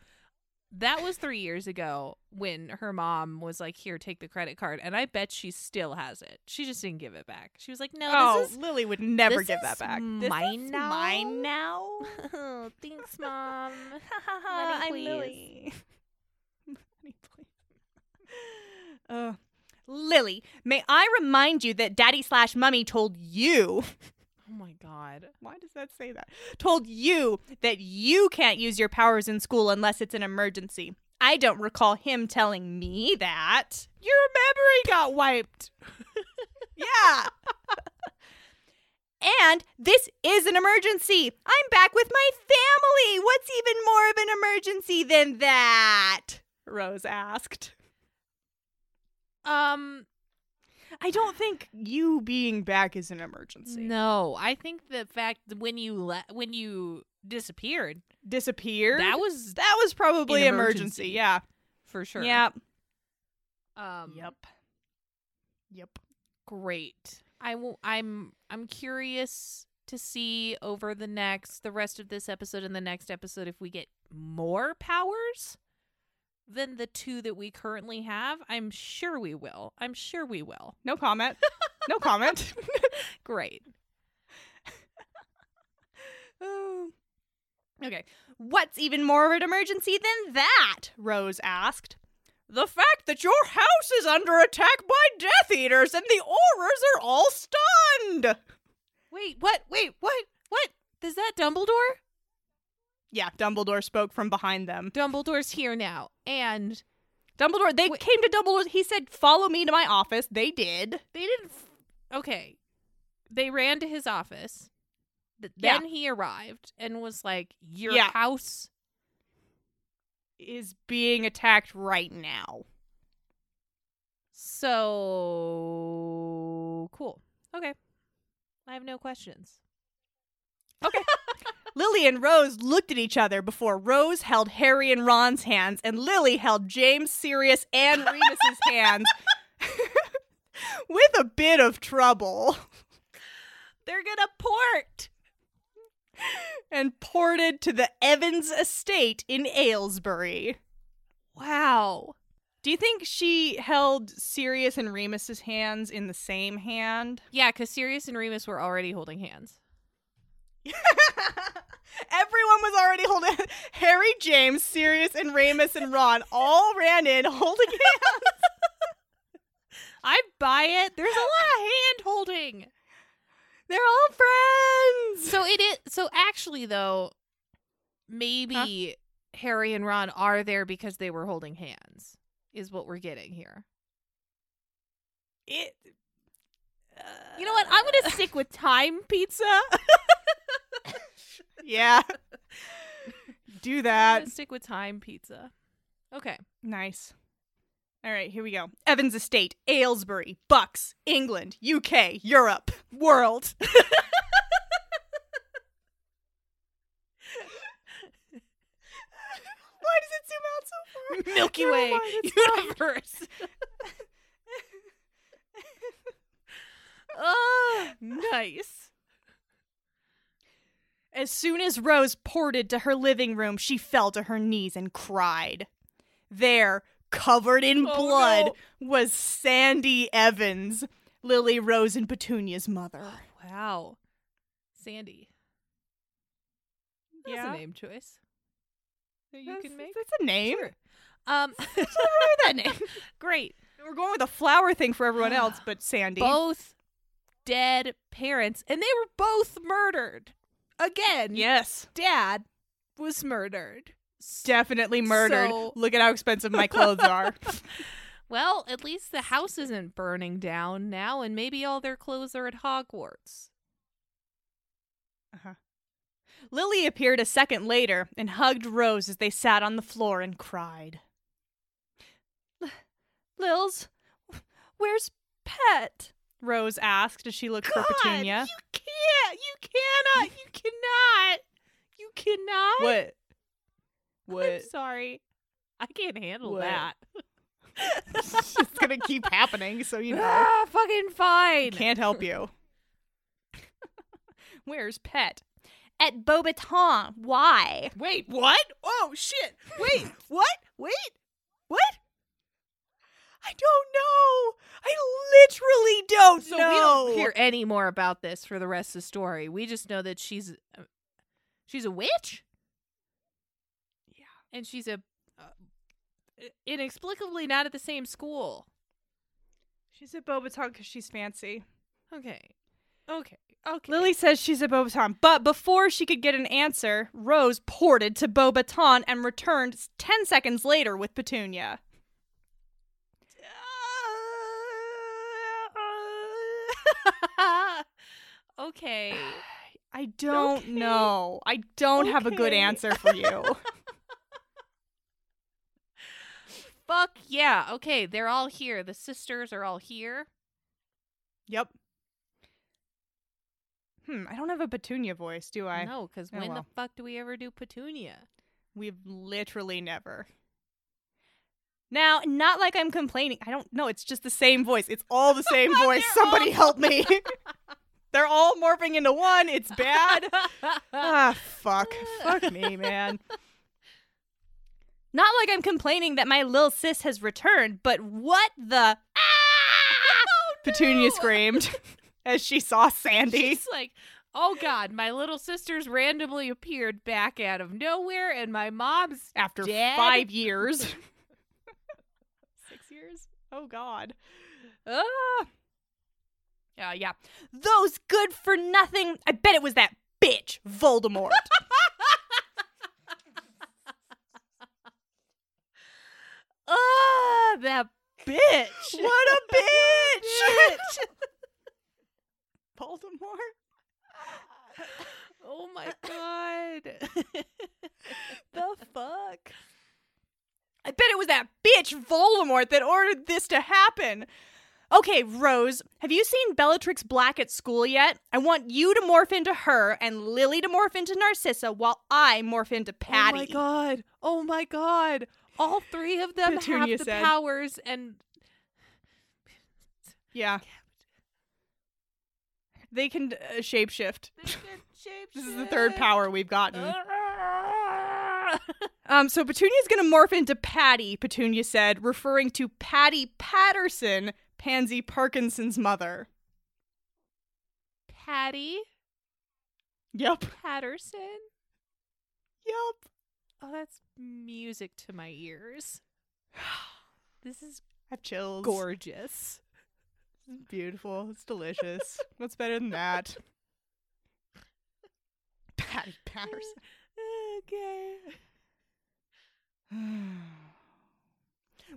that was three years ago when her mom was like, "Here, take the credit card," and I bet she still has it. She just didn't give it back. She was like, "No, oh, this is Lily would never this give is that back. This mine is now? mine now. Oh, thanks, mom. Uh-huh, I'm please. Lily. Money, please. Uh, Lily, may I remind you that Daddy slash Mummy told you oh my god. Why does that say that? Told you that you can't use your powers in school unless it's an emergency. I don't recall him telling me that. Your memory got wiped. yeah. and this is an emergency. I'm back with my family. What's even more of an emergency than that? Rose asked. Um, I don't think you being back is an emergency. no, I think the fact that when you le- when you disappeared, Disappeared? that was that was probably An emergency. emergency. Yeah. for sure. Yeah. Um, Yep. Great. I will, I'm I'm curious to see over the next the rest of this episode and the next episode if we get more powers than the two that we currently have. I'm sure we will. I'm sure we will. No comment. No comment. Great. Oh. okay. What's even more of an emergency than that? Rose asked. The fact that your house is under attack by Death Eaters and the Aurors are all stunned. Wait, what? Wait, what? What? Is that Dumbledore? Yeah, Dumbledore spoke from behind them. Dumbledore's here now. And Dumbledore, they came to Dumbledore. He said, Follow me to my office. They did. they didn't f- Okay. They ran to his office. Th- Yeah. Then he arrived and was like, "Your Yeah. house Is being attacked right now. So cool. Okay. I have no questions. Lily and Rose looked at each other before Rose held Harry and Ron's hands, and Lily held James, Sirius, and Remus's hands with a bit of trouble They're going to port. and ported to the Evans estate in Aylesbury. Wow. Do you think she held Sirius and Remus's hands in the same hand? Yeah, because Sirius and Remus were already holding hands. Everyone was already holding Harry, James, Sirius, and Remus and Ron all ran in holding hands. I buy it. There's a lot of hand holding. They're all friends. So it is. So actually, though, maybe Harry and Ron are there because they were holding hands, is what we're getting here. it. uh, You know what? I'm gonna stick with time pizza. I'm Yeah. Do that. gonna stick with time pizza. Okay. Nice. All right, here we go. Evans Estate, Aylesbury, Bucks, England, UK, Europe, world. Why does it zoom out so far? Milky Never Way mind, it's fine. universe. oh, nice. As soon as Rose ported to her living room, she fell to her knees and cried. There, covered in Oh, blood, was Sandy Evans, Lily, Rose, and Petunia's mother. Oh, Wow. Sandy. That's Yeah. a name choice. That you That's- can make. That's a name. Um that name. great. We're going with a flower thing for everyone else, but Sandy. Both dead parents and they were both murdered. Again. Yes, Dad was murdered. definitely murdered. So- Look at how expensive my clothes are. Well, at least the house isn't burning down now, and maybe all their clothes are at Hogwarts. Lily appeared a second later and hugged Rose as they sat on the floor and cried. Lils, where's Pet? Rose asked as she looked for Petunia. You can't. You cannot. You cannot. You cannot. What? I'm What? sorry. I can't handle What? that. it's gonna keep happening, so you know. ah, fucking fine. Can't help you. Where's Pet? At Beaubaton. Why? Wait, what? Oh shit! Wait, what? Wait, what? I don't know. I literally don't So know. we don't hear any more about this for the rest of the story. We just know that she's uh, she's a witch. Yeah. And she's a uh, inexplicably not at the same school. She's a Bobaton because she's fancy. Okay. Okay. Okay. Lily says she's a Bobaton, but before she could get an answer, Rose ported to Bobaton and returned s- ten seconds later with Petunia. okay. I don't Okay. know. I don't have a good Okay. answer for you. Fuck yeah. Okay, they're all here. The sisters are all here. yep. Hmm. I don't have a Petunia voice, do I? No, because Oh, when the well. fuck do we ever do Petunia? We've literally never. Now, not like I'm complaining. I don't know. It's just the same voice. It's all the same voice. They're Somebody all- help me. They're all morphing into one. It's bad. ah, fuck. Fuck me, man. Not like I'm complaining that my lil sis has returned, but what the. Petunia screamed as she saw Sandy. She's like, oh god, my little sisters randomly appeared back out of nowhere, and my mom's after Dead? five years. Six years? Oh, God. Ah. Oh, Yeah, yeah. Those good for nothing. I bet it was that bitch, Voldemort. oh that bitch. what a bitch! Voldemort? oh my god. The fuck? Oh I bet it was that bitch, Voldemort, that ordered this to happen. Okay, Rose, have you seen Bellatrix Black at school yet? I want you to morph into her and Lily to morph into Narcissa while I morph into Patty. Oh my god. Oh my god. All three of them Petunia have the said. powers and Yeah, they can uh, shapeshift. This is the third power we've gotten. Um, so Petunia's gonna morph into Patty, Petunia said, referring to Patty Patterson, Pansy Parkinson's mother. Patty Yep. Patterson. Yep. Oh, that's music to my ears. This is I have chills. gorgeous. This is beautiful. It's delicious. What's better than that? Patty Patterson. Okay.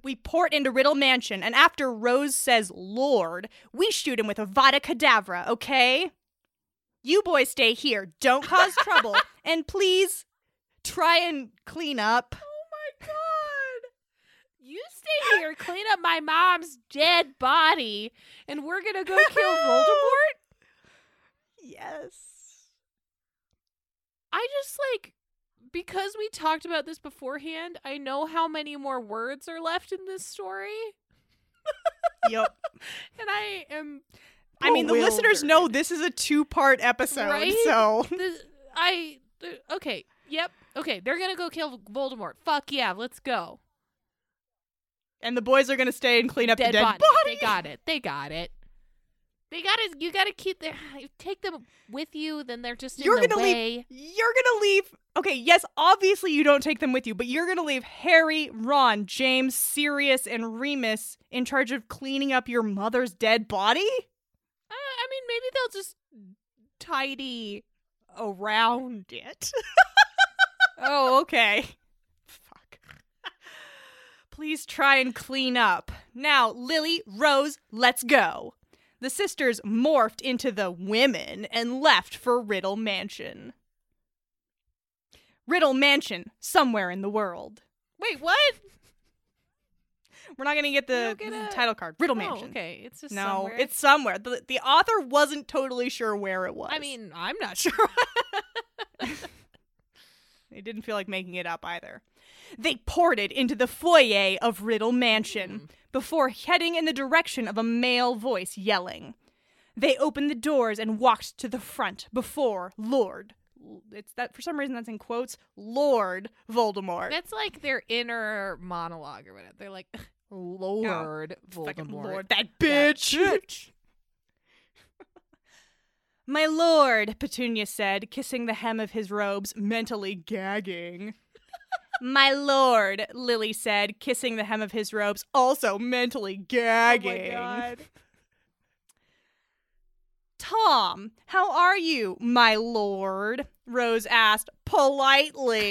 We port into Riddle Mansion, and after Rose says Lord, we shoot him with a Vada Kedavra, okay? You boys stay here. Don't cause trouble. and please try and clean up. my god. You stay here, clean up my mom's dead body, and we're gonna go kill Voldemort? Yes. I just like because we talked about this beforehand, I know how many more words are left in this story, Yep. and I am I mean, the listeners know this is a two part episode, Right? so. the, I okay, yep. Okay, they're going to go kill Voldemort. Fuck yeah, let's go. And the boys are going to stay and clean up Dead, the dead body. body. They got it. They got it. They got to you got to keep their take them with you then they're just in You're the gonna leave- way. You're gonna leave. Okay, yes, obviously you don't take them with you, but you're gonna leave Harry, Ron, James, Sirius, and Remus in charge of cleaning up your mother's dead body. Uh, I mean, maybe they'll just tidy around it. Oh, okay. Fuck. Please try and clean up. Now, Lily, Rose, let's go. The sisters morphed into the women and left for Riddle Mansion. Riddle Mansion, somewhere in the world. Wait, what? We're not gonna get the don't get a- title card. Riddle Oh, Mansion. okay, it's just no, somewhere. it's somewhere. The, the author wasn't totally sure where it was. I mean, I'm not sure. they didn't feel like making it up either. They ported into the foyer of Riddle Mansion before heading in the direction of a male voice yelling. They opened the doors and walked to the front before Lord. It's that for some reason that's in quotes. Lord Voldemort. That's like their inner monologue or whatever. They're like, Lord Fucking Voldemort. Lord, that That bitch. My lord, Petunia said, kissing the hem of his robes, mentally gagging. My lord, Lily said, kissing the hem of his robes, also mentally Oh gagging. Tom, how are you, my lord? Rose asked politely.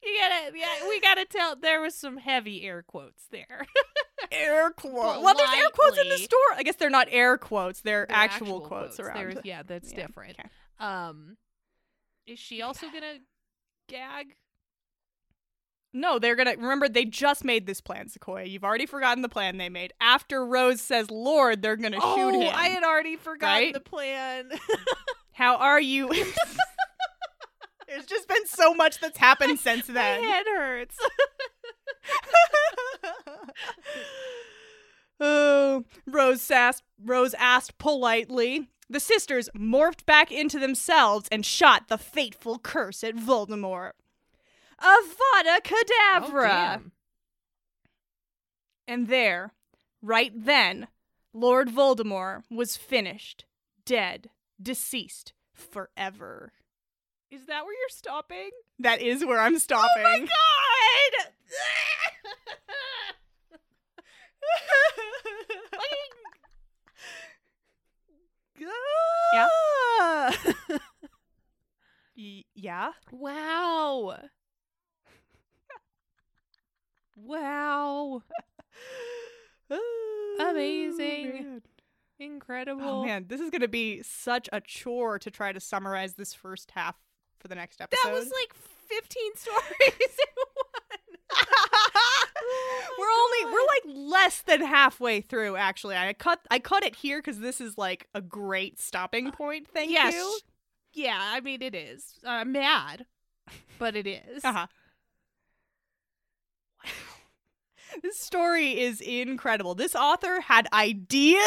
You gotta, yeah, we gotta tell. There was some heavy air quotes there. air quotes. Well, there's air quotes in the Politely. store. I guess they're not air quotes, they're, They're actual, quotes, around. There's- yeah, that's Yeah, different. okay. Um, is she also gonna gag? No, they're gonna remember they just made this plan, Sequoia. You've already forgotten the plan they made. After Rose says Lord, they're gonna shoot him. Oh, I had already forgotten Right? the plan. How are you? There's just been so much that's happened since then. My head hurts. oh, Rose asked, Rose asked politely. The sisters morphed back into themselves and shot the fateful curse at Voldemort. Avada Kedavra! And there, right then, Lord Voldemort was finished, dead, deceased forever. Is that where you're stopping? Oh That is where I'm stopping. God! yeah. Ah. Y- yeah. wow. Wow. Amazing. Oh, man. Incredible. Oh man, this is going to be such a chore to try to summarize this first half for the next episode. That was like 15 stories in one. Oh my we're only God. we're like less than halfway through actually. I cut I cut it here cuz this is like a great stopping point. Thank yes. you. Yeah, I mean, it is. I'm mad, but it is. Uh-huh. This story is incredible. This author had ideas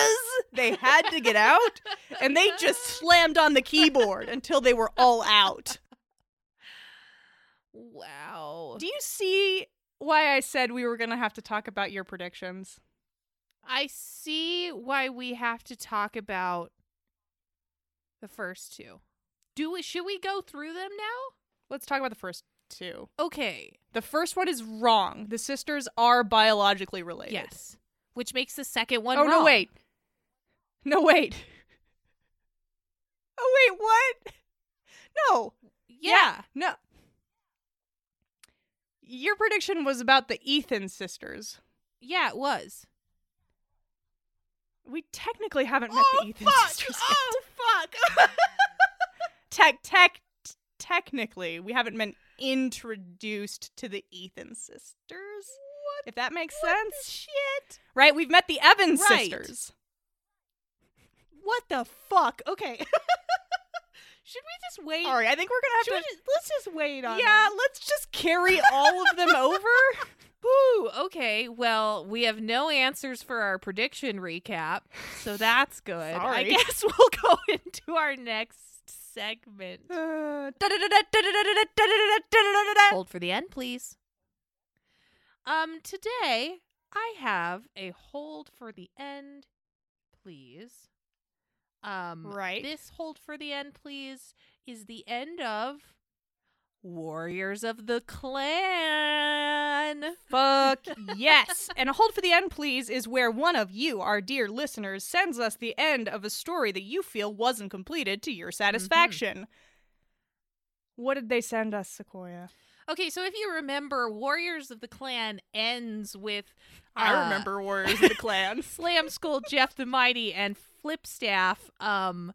they had to get out, and they just slammed on the keyboard until they were all out. Wow. Do you see why I said we were going to have to talk about your predictions? I see why we have to talk about the first two. Do we should we go through them now? Let's talk about the first two. Okay. The first one is wrong. The sisters are biologically related. Yes. Which makes the second one oh no wrong. wait. No wait. Oh wait, what? No. Yeah. No. your prediction was about the Ethan sisters. Yeah, it was. We technically haven't met Oh, the Ethan sisters. Ah. yet. fuck. Tech, tech, t- technically, we haven't been introduced to the Ethan sisters. What? If that makes sense. Shit. Right? We've met the Evans Right. sisters. What the fuck? Okay. Should we just wait? Sorry, I think we're gonna have Should we to. just- let's just wait on yeah, let's just carry all of them over. Whew, okay. Well, we have no answers for our prediction recap, so that's good. I Sorry. guess we'll go into our next segment. Uh, da-da-da-da-da-da-da-da-da-da-da-da-da-da. Hold for the end, please. Um, today I have a hold for the end, please. Um, Right. This hold for the end, please, is the end of Warriors of the Clan. Fuck yes. And a hold for the end, please, is where one of you, our dear listeners, sends us the end of a story that you feel wasn't completed to your satisfaction. What did they send us, Sequoia? Okay, so if you remember, Warriors of the Clan ends with uh, I remember Warriors of the Clan. Slam Skull Jeff the Mighty and Flipstaff um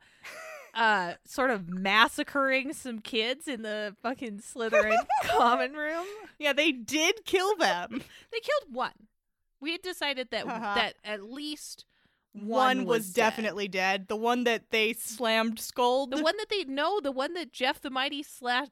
uh sort of massacring some kids in the fucking Slytherin common room. yeah, they did kill them. They killed one. We had decided that Uh-huh. that at least one, One, was, dead. definitely dead. The one that they slammed scold. the one that they no, the one that Jeff the Mighty slash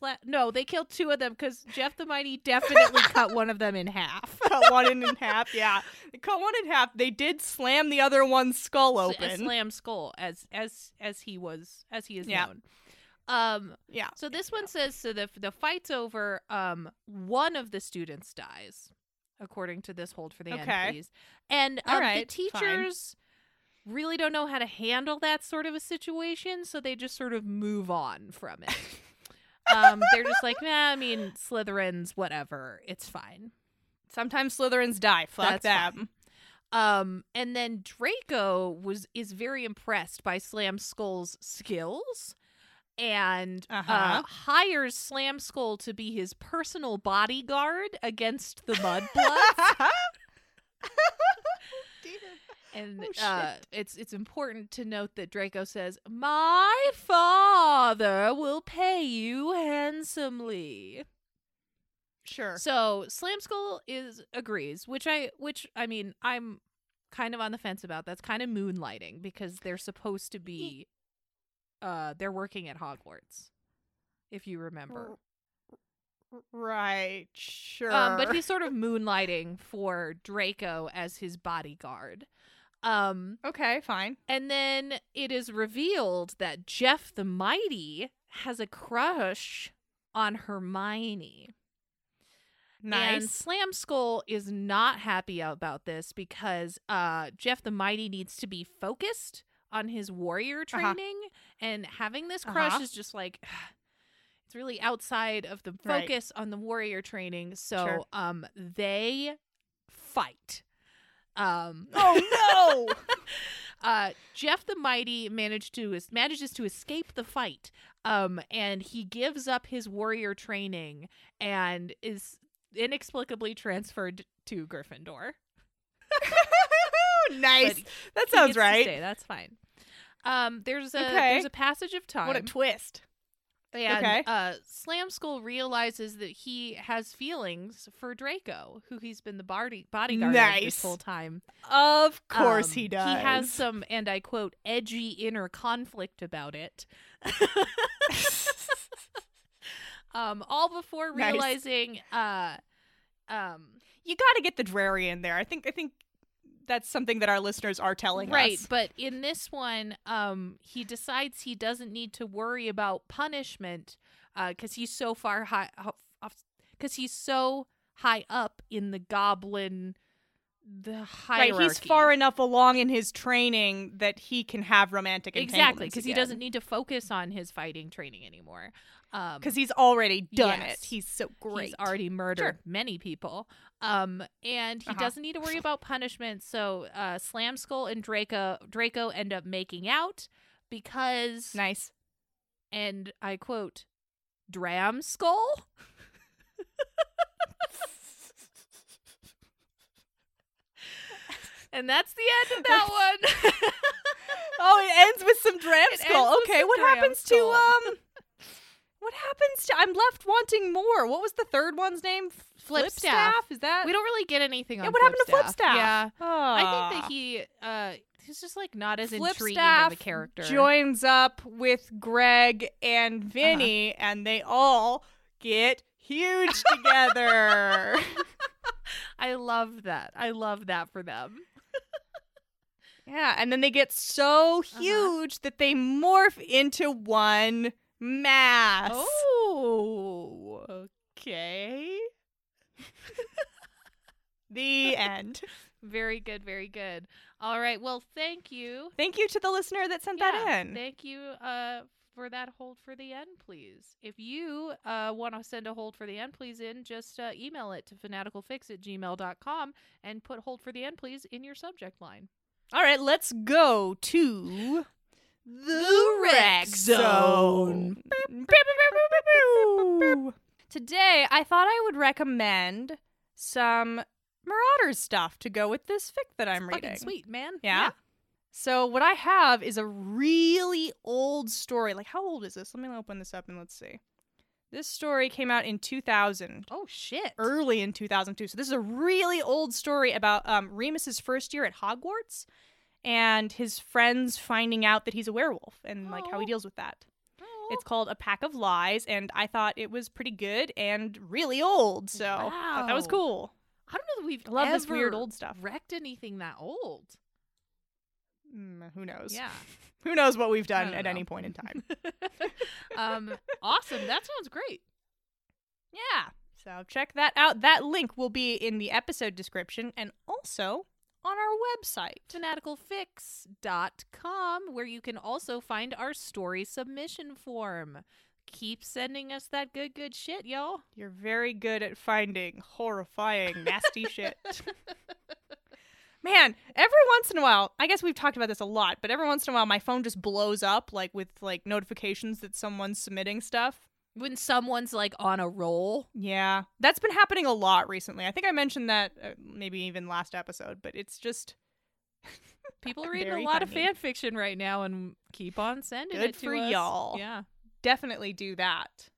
sla- no, they killed two of them because Jeff the Mighty definitely cut one of them in half. cut one in half. Yeah, they cut one in half. They did slam the other one's skull S- open. A slam skull as as as he was as he is Yeah. known. Um yeah. so this one says so the the fight's over um one of the students dies according to this hold for the Okay. end please. And All um, right, the fine. teachers really don't know how to handle that sort of a situation so they just sort of move on from it. um they're just like, "Nah, I mean, Slytherins whatever. It's fine." Sometimes Slytherins die. Fuck That's them. fine. Um, and then Draco was is very impressed by Slam Skull's skills and uh Uh-huh. hires Slam Skull to be his personal bodyguard against the Mudbloods. and Oh, shit. uh, it's it's important to note that Draco says, "My father will pay you handsomely." sure. So Slam Skull is agrees, which I which I mean I'm kind of on the fence about. That's kind of moonlighting because they're supposed to be uh they're working at Hogwarts, if you remember. R- Right, sure. Um, but he's sort of moonlighting for Draco as his bodyguard. Um okay, fine. and then it is revealed that Jeff the Mighty has a crush on Hermione. And Nice. Slam Skull is not happy about this because uh, Jeff the Mighty needs to be focused on his warrior Uh-huh. training, and having this crush Uh-huh. is just like it's really outside of the Right. focus on the warrior training. So Sure. um, they fight. Um, oh no! uh, Jeff the Mighty managed to es- manages to escape the fight, um, and he gives up his warrior training and is inexplicably transferred to Gryffindor. nice. That But He gets sounds to right. stay, That's fine. Um, there's a Okay. there's a passage of time. What a twist. And Okay. uh, Slam Skull realizes that he has feelings for Draco, who he's been the body- bodyguard of Nice. this whole time. Of course Um, he does. He has some, and I quote, edgy inner conflict about it. um, all before Nice. realizing, uh, um, you got to get the dreary in there. I think. I think that's something that our listeners are telling right, us. but in this one, um, he decides he doesn't need to worry about punishment because he's so far high, because he's so high up in the goblin, the hierarchy. Right, he's far enough along in his training that he can have romantic exactly entanglements because he again. doesn't need to focus on his fighting training anymore. Um, because he's already done Yes. it. He's so great. He's already murdered many people. Um, and he Uh-huh. doesn't need to worry about punishment. So uh, Slam Skull and Draco Draco end up making out because nice. and I quote, Dram Skull and that's the end of that one. Oh, it ends with some dram It skull. ends with Okay, some what dram happens skull. to um? What happens to? I'm left wanting more. What was the third one's name? Flipstaff. Is that? we don't really get anything on yeah. What happened to Flipstaff? Yeah. I think Ah. that he uh he's just like not as intriguing Flipstaff of a character. joins up with Greg and Uh-huh. Vinny, and they all get huge together. I love that. I love that for them. yeah, and then they get so Uh-huh. huge that they morph into one mass. Oh. Okay. The end. Very good, very good. All right. Well, thank you. Thank you to the listener that sent Yeah, that in. Thank you uh for that hold for the end, please. If you uh want to send a hold for the end, please in, just uh, email it to fanaticalfix at gmail.com and put hold for the end, please, in your subject line. All right, let's go to the Rec Zone. Today, I thought I would recommend some Marauders stuff to go with this fic that I'm Fucking reading. sweet, man. Yeah? So, what I have is a really old story. Like, how old is this? Let me open this up and let's see. This story came out in 2000 Oh shit. early in 2002. So this is a really old story about um, Remus's first year at Hogwarts and his friends finding out that he's a werewolf and like how Oh. he deals with that. Oh, It's called A Pack of Lies, and I thought it was pretty good and really old. So I thought that was Wow. cool. I don't know that we've I love this weird ever old stuff. wrecked anything that old. Mm, who knows? Yeah. Who knows what we've done don't at know. any point in time? um awesome. That sounds great. yeah. So check that out. That link will be in the episode description and also on our website. fanaticalfix.com where you can also find our story submission form. Keep sending us that good good shit, y'all. You're very good at finding horrifying, nasty shit. Man, every once in a while, I guess we've talked about this a lot, but every once in a while my phone just blows up like with like notifications that someone's submitting stuff. When someone's like on a roll, Yeah. That's been happening a lot recently. I think I mentioned that uh, maybe even last episode, but it's just people are reading Very a lot of funny. fan fiction right now and keep on sending Good it to for us. y'all. Yeah. definitely do that.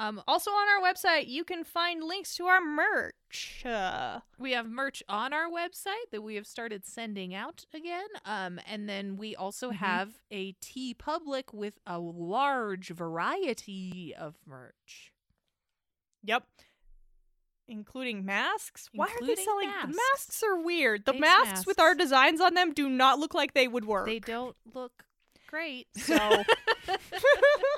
Um Also on our website, you can find links to our merch. Uh, We have merch on our website that we have started sending out again. Um, and then we also Mhm. have a T Public with a large variety of merch. Yep. Including masks? Why are they Including selling the masks. masks are weird. The Face masks, with our masks. designs on them do not look like they would work. They don't look great. So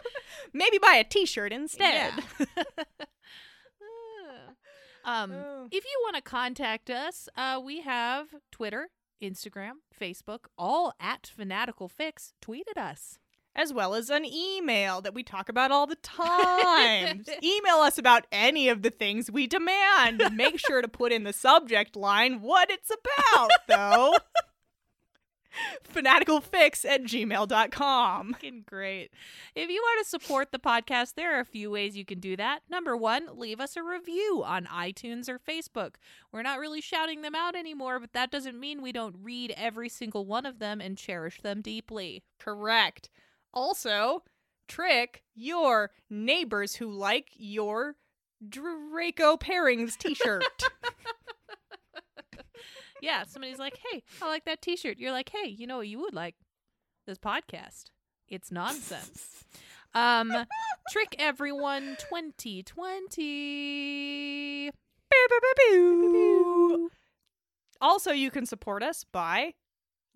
maybe buy a t-shirt instead. um, Oh. if you want to contact us, uh, we have Twitter, Instagram, Facebook, all at Fanatical Fix. Tweet at us. As well as an email that we talk about all the time. Just email us about any of the things we demand. Make sure to put in the subject line what it's about, though. Fanaticalfix at gmail.com. Fucking great. If you want to support the podcast, there are a few ways you can do that. Number one, leave us a review on iTunes or Facebook. We're not really shouting them out anymore, but that doesn't mean we don't read every single one of them and cherish them deeply. Correct. Also, trick your neighbors who like your Draco Pairings t shirt. Yeah, somebody's like, hey, I like that t shirt. You're like, hey, you know what you would like? This podcast. It's nonsense. Um, trick everyone 2020. also, you can support us by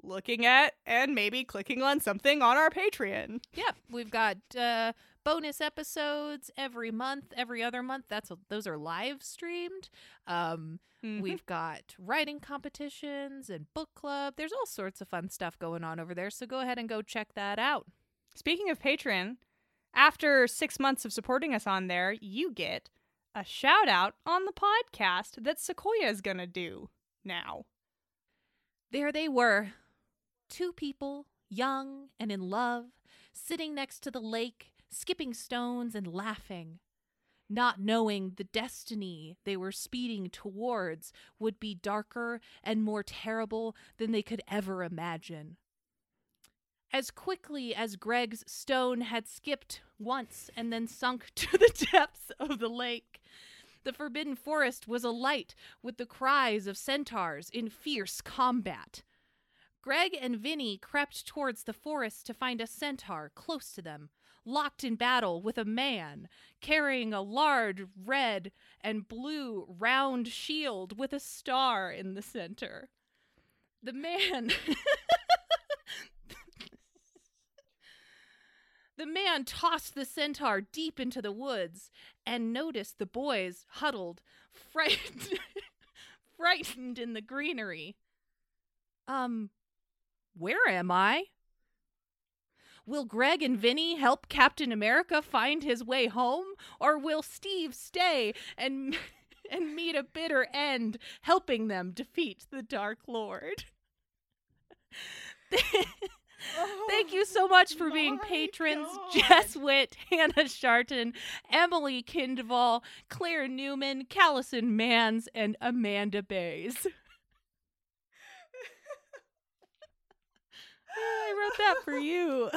looking at and maybe clicking on something on our Patreon. Yep, we've got uh, bonus episodes every month, every other month. That's those are live streamed. Um, We We've got writing competitions and book club. There's all sorts of fun stuff going on over there. So go ahead and go check that out. Speaking of Patreon, after six months of supporting us on there, you get a shout out on the podcast that Sequoia is going to do now. There they were, two people, young and in love, sitting next to the lake, skipping stones and laughing. not knowing the destiny they were speeding towards would be darker and more terrible than they could ever imagine. As quickly as Greg's stone had skipped once and then sunk to the depths of the lake, the forbidden forest was alight with the cries of centaurs in fierce combat. Greg and Vinny crept towards the forest to find a centaur close to them, locked in battle with a man carrying a large red and blue round shield with a star in the center. The man. The man tossed the centaur deep into the woods and noticed the boys huddled, frightened, frightened in the greenery. Um, where am I? Will Greg and Vinny help Captain America find his way home, or will Steve stay and and meet a bitter end, helping them defeat the Dark Lord? Thank you so much for being my patrons, God. Jess Witt, Hannah Sharton, Emily Kindval, Claire Newman, Callison Mans, and Amanda Bays. I wrote that for you.